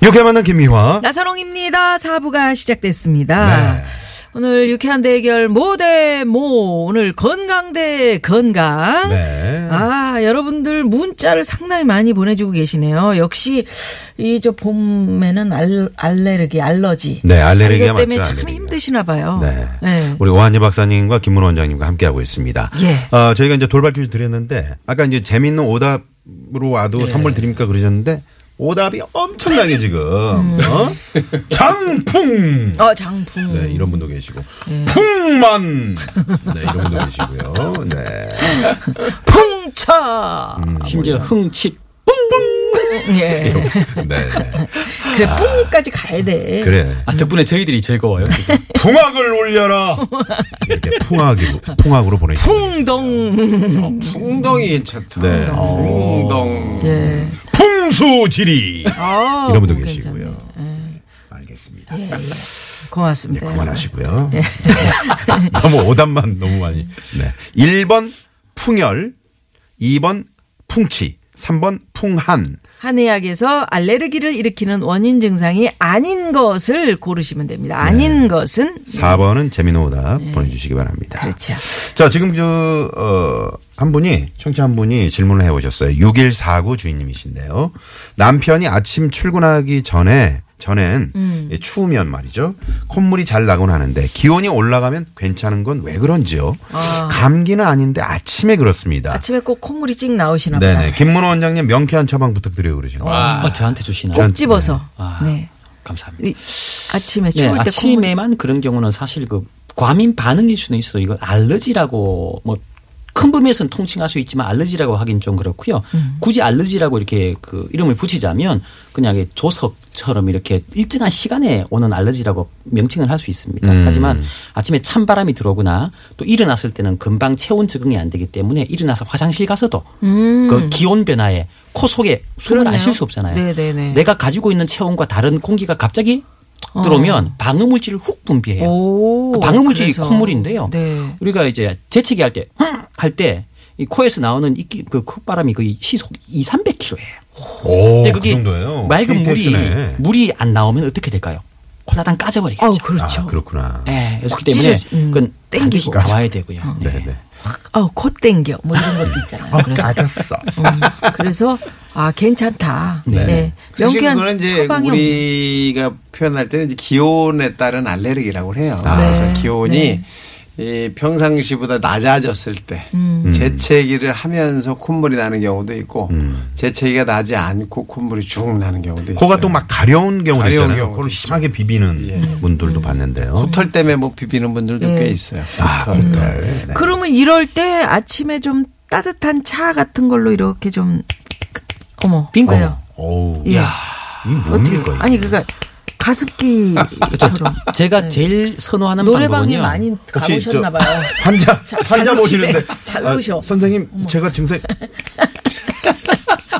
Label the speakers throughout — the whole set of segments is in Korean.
Speaker 1: 이렇게 만난 김미화.
Speaker 2: 나선홍입니다. 사부가 시작됐습니다.
Speaker 1: 네.
Speaker 2: 오늘 유쾌한 대결 모대모 오늘 건강 대 건강.
Speaker 1: 네.
Speaker 2: 아 여러분들 문자를 상당히 많이 보내주고 계시네요. 역시 이 저 봄에는 알, 알레르기 알러지.
Speaker 1: 네, 알레르기가
Speaker 2: 이것 때문에
Speaker 1: 많죠,
Speaker 2: 참
Speaker 1: 알레르기가.
Speaker 2: 힘드시나 봐요.
Speaker 1: 네.
Speaker 2: 네.
Speaker 1: 우리 오한희 박사님과 김문호 원장님과 함께하고 있습니다.
Speaker 2: 예.
Speaker 1: 어, 저희가 이제 돌발 퀴즈 드렸는데 아까 이제 재밌는 오답으로 와도
Speaker 2: 예.
Speaker 1: 선물 드립니까 그러셨는데 오답이 엄청나게 지금.
Speaker 2: 음.
Speaker 1: 어? 장풍!
Speaker 2: 어 장풍.
Speaker 1: 네, 이런 분도 계시고.
Speaker 2: 예.
Speaker 1: 풍만! 네, 이런 분도 계시고요. 네.
Speaker 2: 풍차.
Speaker 1: 음.
Speaker 3: 아, 심지어 흥칫
Speaker 2: 예.
Speaker 1: 네. 네.
Speaker 2: 그래 풍까지 가야 돼.
Speaker 1: 그래.
Speaker 3: 아 덕분에 저희들이 즐거워요 지금.
Speaker 1: 풍악을 올려라! 이렇게 풍악으로, 풍악으로 보내주세요. 음.
Speaker 2: 풍동.
Speaker 4: 풍덩이 괜찮다.
Speaker 1: 네.
Speaker 2: 아,
Speaker 4: 풍덩.
Speaker 2: 예.
Speaker 1: 풍수지리!
Speaker 2: 아,
Speaker 1: 이런 분도
Speaker 2: 괜찮네. 예.
Speaker 1: 계시고요. 알겠습니다. 네,
Speaker 2: 고맙습니다.
Speaker 1: 그만하시고요. 네. 너무 오답만 너무 많이. 네. 1번 풍열, 2번 풍치, 한번 풍한.
Speaker 2: 한의학에서 알레르기를 일으키는 원인 증상이 아닌 것을 고르시면 됩니다.
Speaker 4: 네.
Speaker 2: 아닌 것은
Speaker 1: 4번은 재미노 오답 보내주시기 바랍니다.
Speaker 2: 네. 그렇죠.
Speaker 1: 자, 지금 저, 어, 한 분이, 청취자 한 분이 질문을 해 오셨어요. 6149 주인님이신데요. 남편이 아침 출근하기 전에, 전엔
Speaker 2: 음.
Speaker 1: 예, 추우면 말이죠. 콧물이 잘 나곤 하는데 기온이 올라가면 괜찮은 건 왜 그런지요? 감기는 아닌데 아침에 그렇습니다.
Speaker 2: 아. 아침에 꼭 콧물이 찍 나오시나 보다.
Speaker 1: 네네. 김문호 원장님 명쾌한 처방 부탁드려요 그러시네요.
Speaker 3: 아, 저한테 주시나요?
Speaker 2: 꼭 집어서.
Speaker 3: 아,
Speaker 2: 네.
Speaker 3: 감사합니다.
Speaker 2: 이 아침에
Speaker 3: 네,
Speaker 2: 추울 때 콧물.
Speaker 3: 아침에만 그런 경우는 사실 그 과민 반응일 수는 있어도 이걸 알러지라고 뭐 큰 범위에서는 통칭할 수 있지만 알러지라고 하긴 좀 그렇고요.
Speaker 2: 음.
Speaker 3: 굳이 알러지라고 이렇게 그 이름을 붙이자면 그냥 이게 조석처럼 이렇게 일정한 시간에 오는 알러지라고 명칭을 할 수 있습니다.
Speaker 1: 음.
Speaker 3: 하지만 아침에 찬 바람이 들어오거나 또 일어났을 때는 금방 체온 적응이 안 되기 때문에 일어나서 화장실 가서도 그 기온 변화에 코 속에 숨을 안
Speaker 2: 음. 그렇네요.
Speaker 3: 쉴 수 없잖아요.
Speaker 2: 네네네.
Speaker 3: 내가 가지고 있는 체온과 다른 공기가 갑자기 툭 들어오면 방음 물질을 훅 분비해요.
Speaker 2: 오,
Speaker 3: 그 방음 물질이
Speaker 2: 그래서.
Speaker 3: 콧물인데요.
Speaker 2: 네.
Speaker 3: 우리가 이제 재채기 할 때, 할 때 이 코에서 나오는 이끼 그 콧바람이 거의 시속 2, 300km예요.
Speaker 1: 오, 그 정도예요.
Speaker 3: 맑은 물이
Speaker 1: KTX네.
Speaker 3: 물이 안 나오면 어떻게 될까요? 콜라당 까져버리겠죠.
Speaker 2: 아우 그렇죠.
Speaker 1: 아, 그렇구나.
Speaker 3: 예, 그래서
Speaker 2: 확
Speaker 3: 그 때문에
Speaker 2: 찢어지- 음,
Speaker 3: 그건
Speaker 2: 땡기고. 아,
Speaker 3: 땡기고 나와야 되고요. 예.
Speaker 1: 네, 네.
Speaker 2: 아우 콧 땡겨. 뭐 이런 것도 있잖아요. 그래서,
Speaker 1: 까졌어.
Speaker 2: 음, 그래서 아 괜찮다. 네.
Speaker 4: 사실
Speaker 2: 명쾌한
Speaker 4: 그거는 이제
Speaker 2: 처방이 없네.
Speaker 4: 우리가 표현할 때는 이제 기온에 따른 알레르기라고 해요.
Speaker 1: 아.
Speaker 4: 그래서
Speaker 2: 네.
Speaker 4: 기온이 이 평상시보다 낮아졌을 때
Speaker 2: 음.
Speaker 4: 재채기를 하면서 콧물이 나는 경우도 있고 재채기가 나지 않고 콧물이 쭉 나는 경우도 있어요.
Speaker 1: 코가 또 막 가려운 경우도 예.
Speaker 4: 가려운
Speaker 1: 있잖아요.
Speaker 4: 경우도
Speaker 1: 코를
Speaker 4: 있죠.
Speaker 1: 심하게 비비는 분들도
Speaker 2: 음.
Speaker 1: 봤는데요.
Speaker 4: 코털 때문에 못 비비는 분들도
Speaker 2: 네.
Speaker 4: 꽤 있어요.
Speaker 1: 아,
Speaker 4: 코털.
Speaker 1: 코털.
Speaker 2: 음.
Speaker 1: 네.
Speaker 2: 그러면 이럴 때 아침에 좀 따뜻한 차 같은 걸로 이렇게 좀 어머
Speaker 3: 빙고.
Speaker 2: 왜요?
Speaker 1: 어우.
Speaker 2: 예.
Speaker 1: 이게
Speaker 2: 어떻게
Speaker 1: 음, 뭡니까?
Speaker 2: 아니 그니까 가습기처럼
Speaker 3: 제가 제일 선호하는
Speaker 2: 네. 노래방에
Speaker 3: 방법은요.
Speaker 2: 많이
Speaker 1: 혹시 저
Speaker 2: 가보셨나 봐요.
Speaker 1: 환자,
Speaker 2: 자,
Speaker 1: 환자
Speaker 2: 잘
Speaker 1: 모시는데.
Speaker 2: 보시네. 잘 보셔.
Speaker 1: 아, 선생님, 제가 증세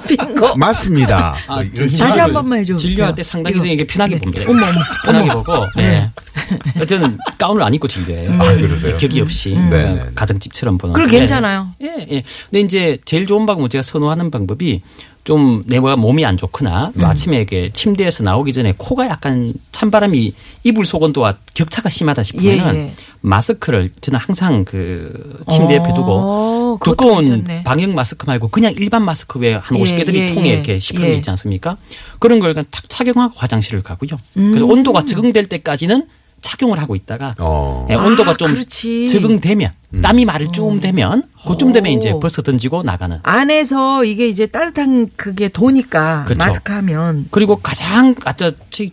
Speaker 2: 빙고.
Speaker 1: 맞습니다. 뭐 이런
Speaker 2: 아, 다시
Speaker 1: 식으로.
Speaker 2: 한 번만 해줘.
Speaker 3: 진료할 때 상당히
Speaker 2: 이거.
Speaker 3: 이게 편하게 봅니다.
Speaker 2: 어머, 어머. 네.
Speaker 3: 편하게 보고. 예. 저는 가운을 안 입고 진료해요.
Speaker 1: 아, 그러세요?
Speaker 3: 격이 없이
Speaker 1: 네, 네, 네.
Speaker 3: 그냥 가정집처럼 보는.
Speaker 2: 음. 그리고
Speaker 3: 건데.
Speaker 2: 괜찮아요.
Speaker 3: 예, 예. 근데 이제 제일 좋은 방법 제가 선호하는 방법이 좀 내가 몸이 안 좋거나
Speaker 2: 음.
Speaker 3: 또 아침에 이렇게 침대에서 나오기 전에 코가 약간 찬바람이 이불 속온도와 격차가 심하다 싶으면은
Speaker 2: 예, 예.
Speaker 3: 마스크를 저는 항상 그 침대 옆에
Speaker 2: 어,
Speaker 3: 두고
Speaker 2: 그것도
Speaker 3: 두꺼운
Speaker 2: 괜찮네.
Speaker 3: 방역 마스크 말고 그냥 일반 마스크 외에 한
Speaker 2: 예,
Speaker 3: 50개들이
Speaker 2: 예,
Speaker 3: 통에
Speaker 2: 예.
Speaker 3: 이렇게 시큰
Speaker 2: 예.
Speaker 3: 게 있지 않습니까? 그런 걸 그냥 탁 착용하고 화장실을 가고요. 그래서
Speaker 2: 음.
Speaker 3: 온도가 적응될 때까지는 착용을 하고 있다가
Speaker 1: 어. 음.
Speaker 3: 예, 온도가
Speaker 2: 아,
Speaker 3: 좀
Speaker 2: 그렇지. 어.
Speaker 3: 적응되면 땀이 마를 쯤 되면 그쯤 되면 이제
Speaker 2: 오.
Speaker 3: 벗어 던지고 나가는.
Speaker 2: 안에서 이게 이제 따뜻한 그게 도니까
Speaker 3: 그쵸.
Speaker 2: 마스크 하면
Speaker 3: 그리고 가장 아까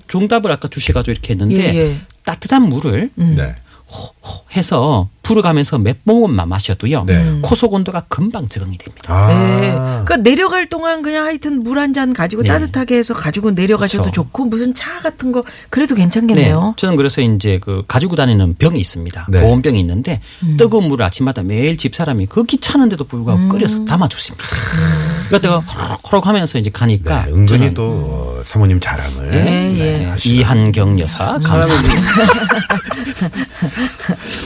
Speaker 3: 정답을 아까 주셔가지고 이렇게 했는데
Speaker 2: 예, 예.
Speaker 3: 따뜻한 물을
Speaker 1: 네.
Speaker 3: 호호 해서 불어가면서 몇 모금만 마셔도요.
Speaker 1: 네.
Speaker 3: 코속 온도가 금방 적응이 됩니다.
Speaker 1: 아.
Speaker 2: 네. 그러니까 내려갈 동안 그냥 하여튼 물 한 잔 가지고
Speaker 3: 네.
Speaker 2: 따뜻하게 해서 가지고 내려가셔도
Speaker 3: 그렇죠.
Speaker 2: 좋고 무슨 차 같은 거 그래도 괜찮겠네요.
Speaker 3: 저는 그래서 이제 그 가지고 다니는 병이 있습니다.
Speaker 1: 네. 음.
Speaker 3: 보온병이 있는데 뜨거운 물을 아침마다 매일 집 사람이 그 귀찮은데도 불구하고 끓여서 담아줬습니다. 그러니까 내가 허럭허럭 하면서 이제 가니까
Speaker 1: 네, 은근히
Speaker 2: 그렇죠.
Speaker 3: 저는 네,
Speaker 1: 또 어, 사모님 자랑을
Speaker 2: 예.
Speaker 1: 하시더라고요. 네.
Speaker 3: 이한경 여사 감사합니다.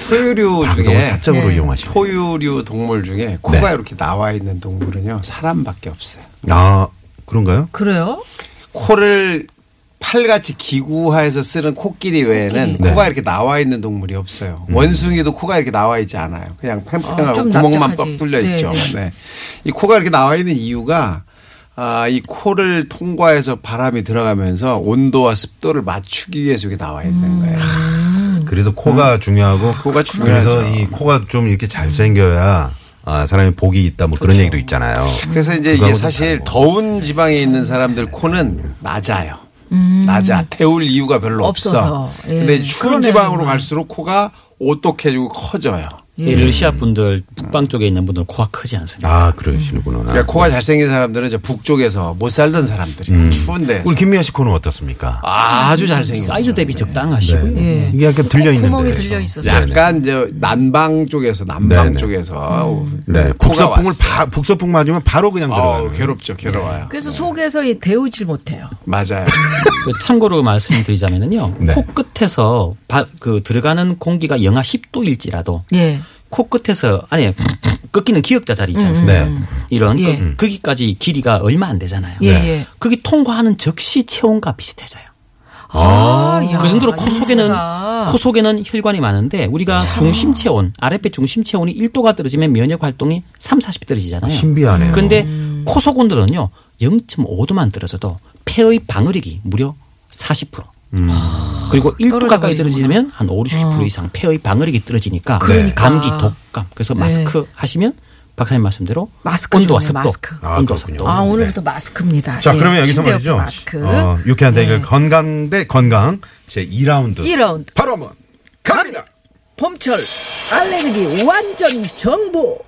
Speaker 4: 포유류
Speaker 1: 방송을
Speaker 4: 중에
Speaker 1: 사적으로 네. 이용하시네.
Speaker 4: 포유류 동물 중에 코가 이렇게 나와 있는 동물은요 사람밖에 없어요.
Speaker 1: 아 그런가요?
Speaker 2: 그래요?
Speaker 4: 코를 팔같이 기구화해서 쓰는 코끼리 외에는
Speaker 1: 네.
Speaker 4: 코가 이렇게 나와 있는 동물이 없어요. 원숭이도 코가 이렇게 나와 있지 않아요. 그냥
Speaker 2: 아,
Speaker 4: 팽팽하고
Speaker 2: 음. 좀
Speaker 4: 구멍만
Speaker 2: 납작하지.
Speaker 4: 뻑 뚫려
Speaker 2: 네,
Speaker 4: 있죠.
Speaker 2: 네.
Speaker 4: 네. 이 코가 이렇게 나와 있는 이유가 아, 이 코를 통과해서 바람이 들어가면서 온도와 습도를 맞추기 위해서 이게 나와
Speaker 2: 음.
Speaker 4: 있는 거예요.
Speaker 1: 그래서 코가 중요하고
Speaker 4: 코가
Speaker 1: 그래서
Speaker 4: 중요하죠.
Speaker 1: 이 코가 좀 이렇게
Speaker 2: 음.
Speaker 1: 잘 생겨야 아, 사람이 복이 있다 뭐
Speaker 2: 그렇죠.
Speaker 1: 그런 얘기도 있잖아요.
Speaker 4: 그래서 이제 이게
Speaker 1: 그거하고도
Speaker 4: 사실
Speaker 1: 다르고.
Speaker 4: 더운 지방에 있는 사람들 코는 낮아요. 낮아. 태울 이유가 별로 없어.
Speaker 2: 없어서. 예.
Speaker 4: 근데 추운
Speaker 2: 그러네요.
Speaker 4: 지방으로 갈수록 코가 오똑해지고 커져요.
Speaker 3: 이 러시아 분들 북방 쪽에 있는 분들 은 코가 크지 않습니다.
Speaker 1: 예. 아 그러시는구나.
Speaker 4: 그러니까 코가 잘생긴 사람들은 이제 북쪽에서 못 살던 사람들이 추운데
Speaker 1: 음. 우리 김미아 씨 코는 어떻습니까?
Speaker 4: 아주
Speaker 1: 그렇죠.
Speaker 4: 잘생긴
Speaker 3: 사이즈
Speaker 1: 네.
Speaker 3: 대비 적당하시고요.
Speaker 2: 예.
Speaker 1: 이게 약간 들려 있는데.
Speaker 2: 구멍이 들려 있어서.
Speaker 4: 약간 이제 남방 쪽에서 남방
Speaker 1: 네, 네.
Speaker 4: 쪽에서
Speaker 2: 음.
Speaker 1: 네.
Speaker 4: 그 코가
Speaker 1: 북서풍을
Speaker 4: 왔어.
Speaker 1: 바- 북서풍 맞으면 바로 그냥
Speaker 4: 아우,
Speaker 1: 들어가요.
Speaker 4: 괴롭죠 괴로워요.
Speaker 2: 그래서
Speaker 3: 네.
Speaker 2: 속에서 이 데우질 못해요.
Speaker 4: 맞아요.
Speaker 3: 그 참고로 말씀드리자면은요.
Speaker 1: 네.
Speaker 3: 코끝에서 바- 그 들어가는 공기가 영하 10도일지라도
Speaker 2: 예. 코끝에서
Speaker 3: 코끝에서 아니 꺾이는 기역자 자리 있지 않습니까?
Speaker 1: 네.
Speaker 3: 이런
Speaker 2: 예.
Speaker 3: 그, 거기까지 길이가 얼마 안 되잖아요.
Speaker 2: 예,
Speaker 1: 네.
Speaker 2: 예.
Speaker 3: 거기 통과하는 즉시 체온과 비슷해져요.
Speaker 2: 아, 야,
Speaker 3: 그 정도로 코 속에는
Speaker 2: 인체가.
Speaker 3: 코 속에는 혈관이 많은데 우리가 중심 체온 아랫배 중심 체온이 1도가 떨어지면 면역 활동이 3, 40 떨어지잖아요.
Speaker 1: 신비하네요.
Speaker 3: 근데
Speaker 2: 음.
Speaker 3: 코 속 온도는요 0.5도만 떨어져도 폐의 방어력이 무려 40%.
Speaker 1: 음.
Speaker 3: 그리고 1도
Speaker 2: 떨어져
Speaker 3: 가까이 떨어지면 한 5, 60% 이상 폐의 방어력이 떨어지니까
Speaker 2: 그러니까.
Speaker 3: 감기, 독감. 그래서 마스크 하시면 박사님 말씀대로
Speaker 2: 네. 마스크
Speaker 3: 온도와
Speaker 2: 좋네,
Speaker 3: 습도,
Speaker 2: 마스크.
Speaker 1: 아,
Speaker 3: 온도와
Speaker 1: 그렇군요.
Speaker 3: 습도.
Speaker 2: 아, 오늘부터 마스크입니다.
Speaker 1: 자
Speaker 2: 예.
Speaker 1: 그러면 여기서
Speaker 2: 침대 옆에
Speaker 1: 말이죠.
Speaker 2: 마스크. 예.
Speaker 1: 어, 유쾌한 대결 건강 대 건강 제 2라운드.
Speaker 2: 2라운드.
Speaker 1: 바로 한번 갑니다.
Speaker 2: 봄철 알레르기 완전 정보.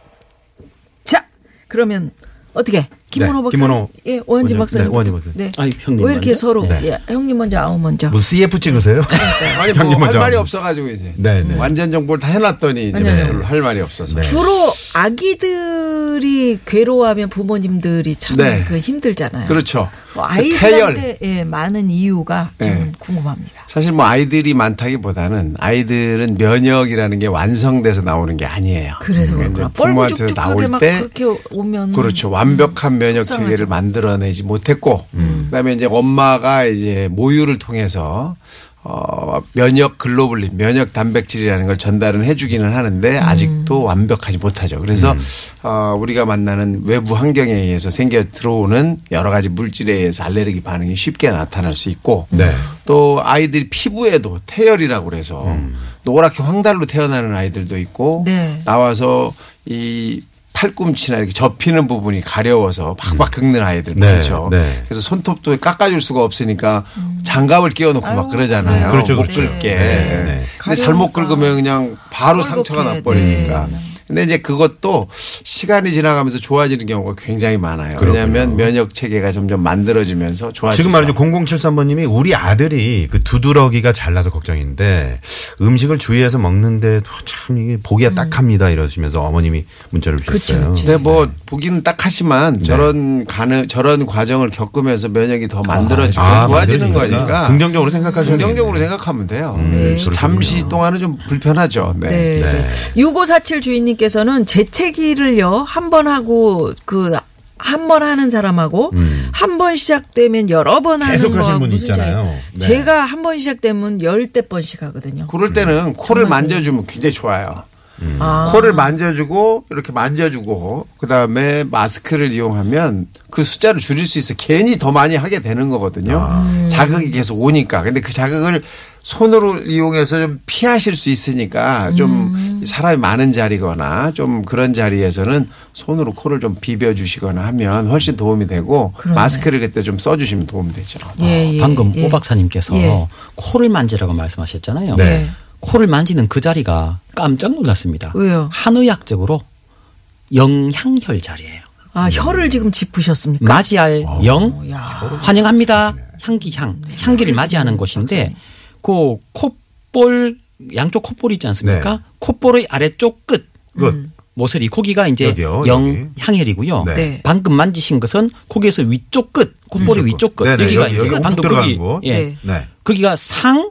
Speaker 2: 자, 그러면 어떻게? 김원호
Speaker 1: 네,
Speaker 2: 박사.
Speaker 1: 김원호
Speaker 2: 예, 오현진
Speaker 1: 원장.
Speaker 2: 박사님.
Speaker 1: 네, 오현진 박사님.
Speaker 2: 네.
Speaker 3: 아니, 형님
Speaker 2: 왜 이렇게
Speaker 3: 먼저?
Speaker 2: 서로
Speaker 1: 네.
Speaker 2: 예, 형님 먼저 아우 먼저.
Speaker 1: 뭐 CF 찍으세요?
Speaker 4: 네, 아니
Speaker 1: 형님
Speaker 4: 뭐할
Speaker 1: 먼저
Speaker 4: 말이
Speaker 1: 하고.
Speaker 4: 없어가지고 이제
Speaker 1: 네, 네.
Speaker 4: 완전 정보를 다 해놨더니 이제
Speaker 2: 네.
Speaker 4: 별로 할 말이 없어서
Speaker 2: 주로 아기들이 괴로워하면 부모님들이 참
Speaker 4: 네.
Speaker 2: 그 힘들잖아요.
Speaker 4: 그렇죠.
Speaker 2: 뭐
Speaker 4: 태열.
Speaker 2: 아이들한테 예, 많은 이유가 저는
Speaker 4: 네.
Speaker 2: 궁금합니다.
Speaker 4: 사실 뭐 아이들이 많다기보다는 아이들은 면역이라는 게 완성돼서 나오는 게 아니에요. 음,
Speaker 2: 그래서 그렇구나.
Speaker 4: 이제 부모한테
Speaker 2: 뻘구죽죽하게
Speaker 4: 나올
Speaker 2: 막
Speaker 4: 때
Speaker 2: 그렇게 오면
Speaker 4: 그렇죠. 완벽한 면역
Speaker 2: 속상하죠.
Speaker 4: 체계를 만들어내지 못했고, 그다음에 이제 엄마가 이제 모유를 통해서 어 면역 글로불린 면역 단백질이라는 걸 전달은 해주기는
Speaker 2: 음.
Speaker 4: 하는데 아직도 완벽하지 못하죠. 그래서 어 우리가 만나는 외부 환경에 의해서 생겨 들어오는 여러 가지 물질에 의해서 알레르기 반응이 쉽게 나타날 수 있고,
Speaker 1: 네.
Speaker 4: 또 아이들 피부에도 태열이라고 그래서 노랗게 황달로 태어나는 아이들도 있고
Speaker 2: 네.
Speaker 4: 나와서 이 팔꿈치나 이렇게 접히는 부분이 가려워서 박박 긁는 아이들
Speaker 1: 네,
Speaker 4: 많죠.
Speaker 1: 네.
Speaker 4: 그래서 손톱도 깎아줄 수가 없으니까 장갑을 끼워놓고 막
Speaker 2: 음. 아유,
Speaker 4: 그러잖아요.
Speaker 1: 네. 그렇죠,
Speaker 4: 못
Speaker 1: 그렇죠.
Speaker 4: 긁게.
Speaker 1: 네, 네.
Speaker 4: 근데 잘못
Speaker 2: 가려우니까.
Speaker 4: 긁으면 그냥 바로
Speaker 2: 뻘겋게. 네.
Speaker 4: 상처가 나버리니까. 근데 이제 그것도 시간이 지나가면서 좋아지는 경우가 굉장히 많아요. 왜냐하면 면역 체계가 점점 만들어지면서 좋아지죠.
Speaker 1: 지금 말이죠. 0073번님이 우리 아들이 그 두드러기가 잘나서 걱정인데 음식을 주의해서 먹는데도 참 이게 보기가
Speaker 2: 음.
Speaker 1: 딱합니다 이러시면서 어머님이 문자를 주셨어요. 네.
Speaker 4: 근데 뭐 보기는 딱하지만 저런 가능 저런 과정을 겪으면서 면역이 더 만들어지고 좋아지는
Speaker 1: 만들어지니까.
Speaker 4: 거니까
Speaker 1: 긍정적으로 생각하시는
Speaker 4: 긍정적으로
Speaker 1: 거네요.
Speaker 4: 생각하면 돼요.
Speaker 1: 네,
Speaker 4: 잠시 동안은 좀 불편하죠. 네.
Speaker 2: 네.
Speaker 1: 네.
Speaker 2: 6547 주인님께서는 재채기를요, 한 번 하고, 그, 한 번 하는 사람하고, 한 번 시작되면 여러 번 하는
Speaker 1: 계속 하시는
Speaker 2: 거하고
Speaker 1: 분
Speaker 2: 무슨
Speaker 1: 있잖아요.
Speaker 2: 차이?
Speaker 1: 네.
Speaker 2: 제가 한 번 시작되면 열대 번씩 하거든요.
Speaker 4: 그럴 때는 코를 만져주면 굉장히 좋아요.
Speaker 2: 아,
Speaker 4: 코를 만져주고 이렇게 만져주고 그다음에 마스크를 이용하면 그 숫자를 줄일 수 있어 괜히 더 많이 하게 되는 거거든요
Speaker 2: 음.
Speaker 4: 자극이 계속 오니까 근데 그 자극을 손으로 이용해서 좀 피하실 수 있으니까
Speaker 2: 음.
Speaker 4: 좀 사람이 많은 자리거나 좀 그런 자리에서는 손으로 코를 좀 비벼주시거나 하면 훨씬 도움이 되고 마스크를 그때 좀 써주시면 도움이 되죠.
Speaker 2: 예, 예,
Speaker 3: 아, 방금
Speaker 2: 예.
Speaker 3: 오 박사님께서
Speaker 2: 예.
Speaker 3: 코를 만지라고 말씀하셨잖아요.
Speaker 1: 네.
Speaker 3: 코를 만지는 그 자리가 깜짝 놀랐습니다.
Speaker 2: 왜요?
Speaker 3: 한의학적으로 영향혈 자리예요.
Speaker 2: 아, 혀를 지금 짚으셨습니까?
Speaker 3: 맞이할
Speaker 1: 어,
Speaker 3: 영
Speaker 2: 그러니까? 야. 네.
Speaker 3: 환영합니다. 향기 향 향기를 맞이하는 곳인데 그 콧볼 양쪽 콧볼 있지 않습니까?
Speaker 1: 네.
Speaker 3: 콧볼의 아래쪽 끝
Speaker 2: 음.
Speaker 1: 끝.
Speaker 3: 모서리 고기가 이제
Speaker 1: 여기요, 여기.
Speaker 3: 영 향혈이고요.
Speaker 1: 네.
Speaker 2: 네.
Speaker 3: 방금 만지신 것은 고기에서 위쪽 끝 콧볼의 위쪽 끝
Speaker 1: 네네,
Speaker 3: 여기가
Speaker 1: 여기,
Speaker 3: 이제
Speaker 1: 여기 훅
Speaker 3: 방금
Speaker 1: 들어간
Speaker 3: 거기
Speaker 1: 곳.
Speaker 3: 예
Speaker 2: 네.
Speaker 1: 네.
Speaker 3: 거기가 상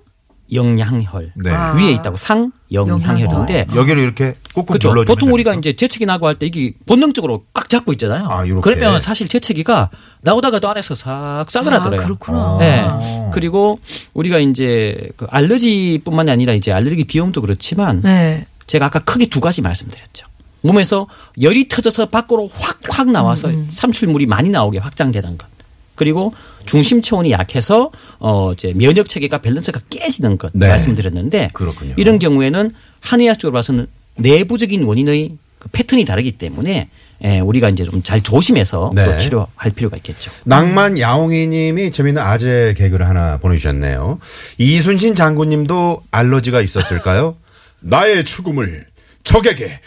Speaker 3: 영향혈
Speaker 1: 네.
Speaker 2: 아.
Speaker 3: 위에 있다고 상 영향혈인데
Speaker 1: 여기를 아, 이렇게 꾹꾹
Speaker 3: 그렇죠.
Speaker 1: 눌러주면
Speaker 3: 보통 우리가
Speaker 1: 됩니까?
Speaker 3: 이제 재채기 나고 할 때 이게 본능적으로 꽉 잡고 있잖아요.
Speaker 1: 아, 요렇게.
Speaker 3: 그러면 사실 재채기가 나오다가도 안에서 싹 싸그라들어요.
Speaker 2: 아, 그렇구나.
Speaker 3: 네. 그리고 우리가 이제 그 알러지뿐만이 아니라 이제 알레르기 비염도 그렇지만
Speaker 2: 네.
Speaker 3: 제가 아까 크게 두 가지 말씀드렸죠. 몸에서 열이 터져서 밖으로 확 확 나와서 삼출물이 많이 나오게 확장되는 것. 그리고 중심 체온이 약해서 어 이제 면역 체계가 밸런스가 깨지는 것
Speaker 1: 네.
Speaker 3: 말씀드렸는데
Speaker 1: 그렇군요.
Speaker 3: 이런 경우에는 한의학적으로 봐서는 내부적인 원인의 그 패턴이 다르기 때문에 예, 우리가 이제 좀 잘 조심해서
Speaker 1: 네.
Speaker 3: 또 치료할 필요가 있겠죠.
Speaker 1: 낭만 야옹이님이 재밌는 아재 개그를 하나 보내주셨네요. 이순신 장군님도 알러지가 있었을까요? 나의 죽음을 적에게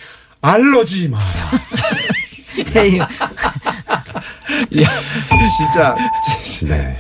Speaker 1: 알러지 마라.
Speaker 2: 에이,
Speaker 4: 진짜
Speaker 1: 네.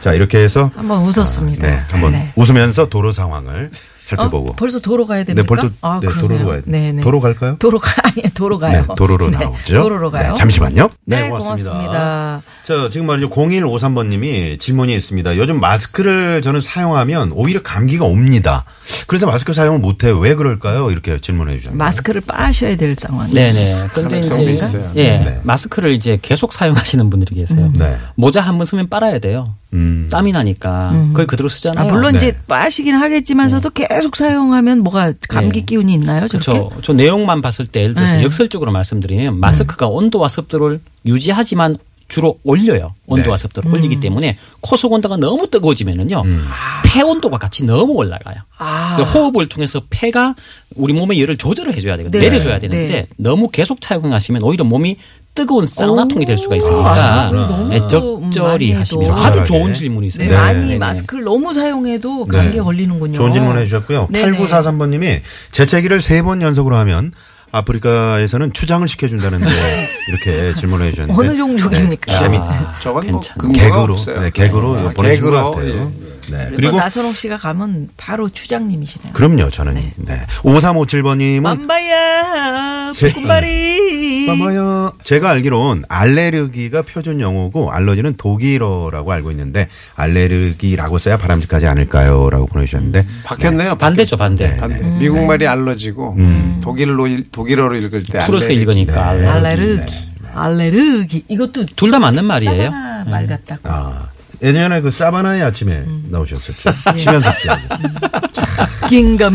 Speaker 1: 자 이렇게 해서
Speaker 2: 한번 웃었습니다.
Speaker 1: 네 한번 웃으면서 도로 상황을
Speaker 2: 어,
Speaker 1: 살펴보고.
Speaker 2: 벌써 도로 가야 됩니까? 아,
Speaker 1: 네, 벌써- 네,
Speaker 2: 그러네요.
Speaker 1: 도로로 가야 돼.
Speaker 2: 네네.
Speaker 1: 도로 갈까요?
Speaker 2: 도로 가, 아니, 도로 가요.
Speaker 1: 네, 도로로
Speaker 2: 네,
Speaker 1: 나오죠.
Speaker 2: 도로로 가요.
Speaker 1: 네, 잠시만요.
Speaker 2: 네, 고맙습니다.
Speaker 1: 저 지금 말이죠. 0153번님이 질문이 있습니다. 요즘 마스크를 저는 사용하면 오히려 감기가 옵니다. 그래서 마스크 사용을 못해요. 왜 그럴까요? 이렇게 질문해 주셨네요.
Speaker 2: 마스크를 빠셔야 될 상황.
Speaker 3: 네네. 근데
Speaker 4: 가능성도
Speaker 3: 이제
Speaker 4: 있어요.
Speaker 3: 예,
Speaker 1: 네.
Speaker 3: 마스크를 이제 계속 사용하시는 분들이 계세요.
Speaker 1: 네.
Speaker 3: 모자 한 번 쓰면 빨아야 돼요.
Speaker 1: 음.
Speaker 3: 땀이 나니까 그걸 그대로 쓰잖아요.
Speaker 2: 아, 물론
Speaker 1: 네.
Speaker 2: 이제 빠시긴 하겠지만서도 계속 사용하면 뭐가 감기
Speaker 3: 네.
Speaker 2: 기운이 있나요? 저렇게?
Speaker 3: 그렇죠. 저 내용만 봤을 때 예를 들어서
Speaker 2: 네.
Speaker 3: 역설적으로 말씀드리면 마스크가 온도와 습도를 유지하지만 주로 올려요.
Speaker 1: 네.
Speaker 3: 온도와 습도를
Speaker 2: 음.
Speaker 3: 올리기 때문에 코 속 온도가 너무 뜨거워지면은요.
Speaker 1: 음.
Speaker 3: 폐 온도가 같이 너무 올라가요.
Speaker 2: 아.
Speaker 3: 그러니까 호흡을 통해서 폐가 우리 몸의 열을 조절을 해줘야 되거든요.
Speaker 2: 네.
Speaker 3: 내려줘야 되는데
Speaker 2: 네.
Speaker 3: 너무 계속 착용하시면 오히려 몸이 뜨거운 사우나통이 될 수가
Speaker 2: 아,
Speaker 3: 있으니까
Speaker 2: 너무
Speaker 3: 네, 적절히
Speaker 2: 음, 많이 해도.
Speaker 3: 하시면 아주
Speaker 1: 적절하게.
Speaker 3: 좋은 질문이세요.
Speaker 2: 네,
Speaker 1: 네.
Speaker 2: 많이
Speaker 3: 네네.
Speaker 2: 마스크를 너무 사용해도
Speaker 1: 네.
Speaker 2: 감기에 걸리는군요.
Speaker 1: 좋은 질문 해주셨고요.
Speaker 2: 네네.
Speaker 1: 8943번님이 재채기를 세 번 연속으로 하면 아프리카에서는 추장을 시켜준다는데 이렇게 질문을 해주셨는데
Speaker 2: 어느 종족입니까?
Speaker 1: 네, 재미
Speaker 3: 아,
Speaker 4: 저건 뭐
Speaker 3: 괜찮네.
Speaker 4: 근거가
Speaker 1: 개그로
Speaker 4: 없어요.
Speaker 1: 네, 개그로
Speaker 4: 아,
Speaker 1: 보내신
Speaker 4: 개그로, 예.
Speaker 1: 것 같아요. 네
Speaker 2: 그리고
Speaker 1: 그리고
Speaker 2: 뭐 나선홍 씨가 가면 바로 추장님이시네요.
Speaker 1: 그럼요 저는 네. 5357번님은
Speaker 2: 맘바야
Speaker 1: 제-
Speaker 2: 볶음바리
Speaker 1: 봐봐요. 제가 알기론 알레르기가 표준 영어고 알러지는 독일어라고 알고 있는데 알레르기라고 써야 바람직하지 않을까요?라고 보내주셨는데
Speaker 4: 바뀌었네요.
Speaker 3: 반대죠, 반대.
Speaker 1: 네. 음.
Speaker 4: 반대. 미국 말이 알러지고 독일로 일- 독일어로 읽을 때
Speaker 3: 풀어서
Speaker 4: 알레르기.
Speaker 3: 읽으니까 알레르기.
Speaker 2: 알레르기 알레르기 이것도
Speaker 3: 네. 둘 다 맞는 말이에요. 음.
Speaker 2: 사바나 말 같다고
Speaker 1: 아 예전에 그 사바나의 아침에
Speaker 2: 음.
Speaker 1: 나오셨었죠.
Speaker 2: 네.
Speaker 1: 심연섭 씨.
Speaker 2: 긴가민가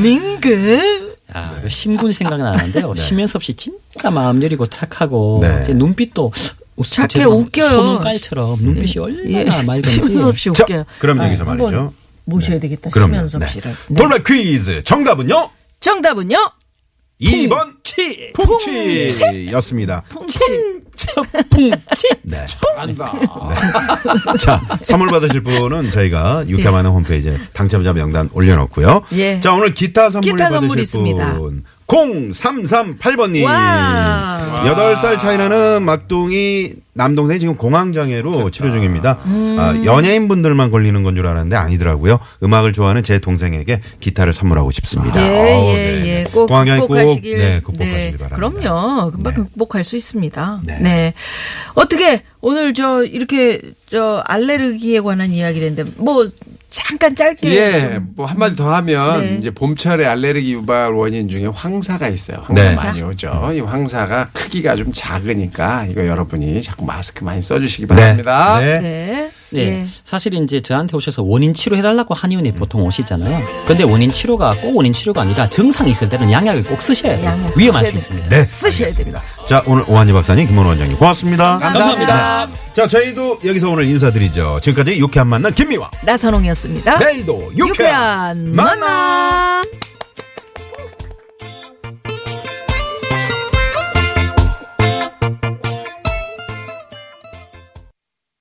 Speaker 3: 아, 그 심군 생각나는데요. 심연섭 씨 진짜 마음 여리고 착하고
Speaker 1: 네.
Speaker 3: 이제 눈빛도 웃-
Speaker 2: 착해,
Speaker 3: 죄송합니다.
Speaker 2: 웃겨요. 예.
Speaker 3: 소눈깔처럼 눈빛이 얼마나 맑은지.
Speaker 2: 심연섭 씨
Speaker 1: 자,
Speaker 2: 웃겨요.
Speaker 1: 그럼 여기서
Speaker 2: 아, 한번
Speaker 1: 말이죠.
Speaker 2: 모셔야 되겠다.
Speaker 1: 그럼요.
Speaker 2: 심연섭
Speaker 1: 네.
Speaker 2: 씨를. 네.
Speaker 1: 돌발 퀴즈 정답은요.
Speaker 2: 정답은요?
Speaker 1: 2번
Speaker 3: 치!
Speaker 1: 풍치였습니다.
Speaker 3: 풍치!
Speaker 1: 네. 네. 자, 선물 받으실 분은 저희가 유쾌한 만남 홈페이지에 당첨자 명단 올려놓고요.
Speaker 2: 예.
Speaker 1: 자, 오늘 기타 선물
Speaker 2: 기타 선물
Speaker 1: 받으실
Speaker 2: 있습니다.
Speaker 1: 분 0338번님.
Speaker 2: 와.
Speaker 1: 여덟 살 차이 나는 막둥이 남동생이 지금 공황장애로 치료 중입니다. 아,
Speaker 2: 음.
Speaker 1: 연예인분들만 걸리는 건 줄 알았는데 아니더라고요. 음악을 좋아하는 제 동생에게 기타를 선물하고 싶습니다.
Speaker 2: 예,
Speaker 1: 어우,
Speaker 2: 예,
Speaker 1: 네, 네.
Speaker 2: 예. 꼭
Speaker 1: 공황장애 꼭,
Speaker 2: 극복하시길.
Speaker 1: 네, 극복하시길 바랍니다.
Speaker 2: 그럼요. 금방
Speaker 1: 네.
Speaker 2: 극복할 수 있습니다.
Speaker 1: 네.
Speaker 2: 네. 어떻게 오늘 저 이렇게 저 알레르기에 관한 이야기를 했는데 뭐 잠깐 짧게.
Speaker 4: 예,
Speaker 2: 좀
Speaker 4: 뭐 한마디 더 하면
Speaker 2: 네.
Speaker 4: 이제 봄철에 알레르기 유발 원인 중에 황사가 있어요. 황사
Speaker 1: 네.
Speaker 4: 많이 오죠. 이 황사가 크기가 좀 작으니까 이거 여러분이 자꾸 마스크 많이
Speaker 1: 네.
Speaker 4: 써주시기 바랍니다.
Speaker 1: 네.
Speaker 2: 네.
Speaker 3: 네.
Speaker 2: 예.
Speaker 3: 사실 이제 저한테 오셔서 원인 치료해달라고 한의원에 보통 오시잖아요. 근데 원인 치료가 꼭 원인 치료가 아니라 증상이 있을 때는 양약을 꼭 쓰셔야 돼요.
Speaker 2: 양약 쓰셔야
Speaker 3: 위험할 수
Speaker 2: 돼요.
Speaker 3: 있습니다.
Speaker 1: 네.
Speaker 2: 쓰셔야 됩니다.
Speaker 1: 자, 오늘 오한희 박사님, 김원호 원장님 고맙습니다.
Speaker 4: 감사합니다.
Speaker 1: 자, 저희도 여기서 오늘 인사드리죠. 지금까지 유쾌한 만남 김미화.
Speaker 2: 나선홍이었습니다.
Speaker 1: 내일도 유쾌한
Speaker 2: 유쾌한 아, 만남.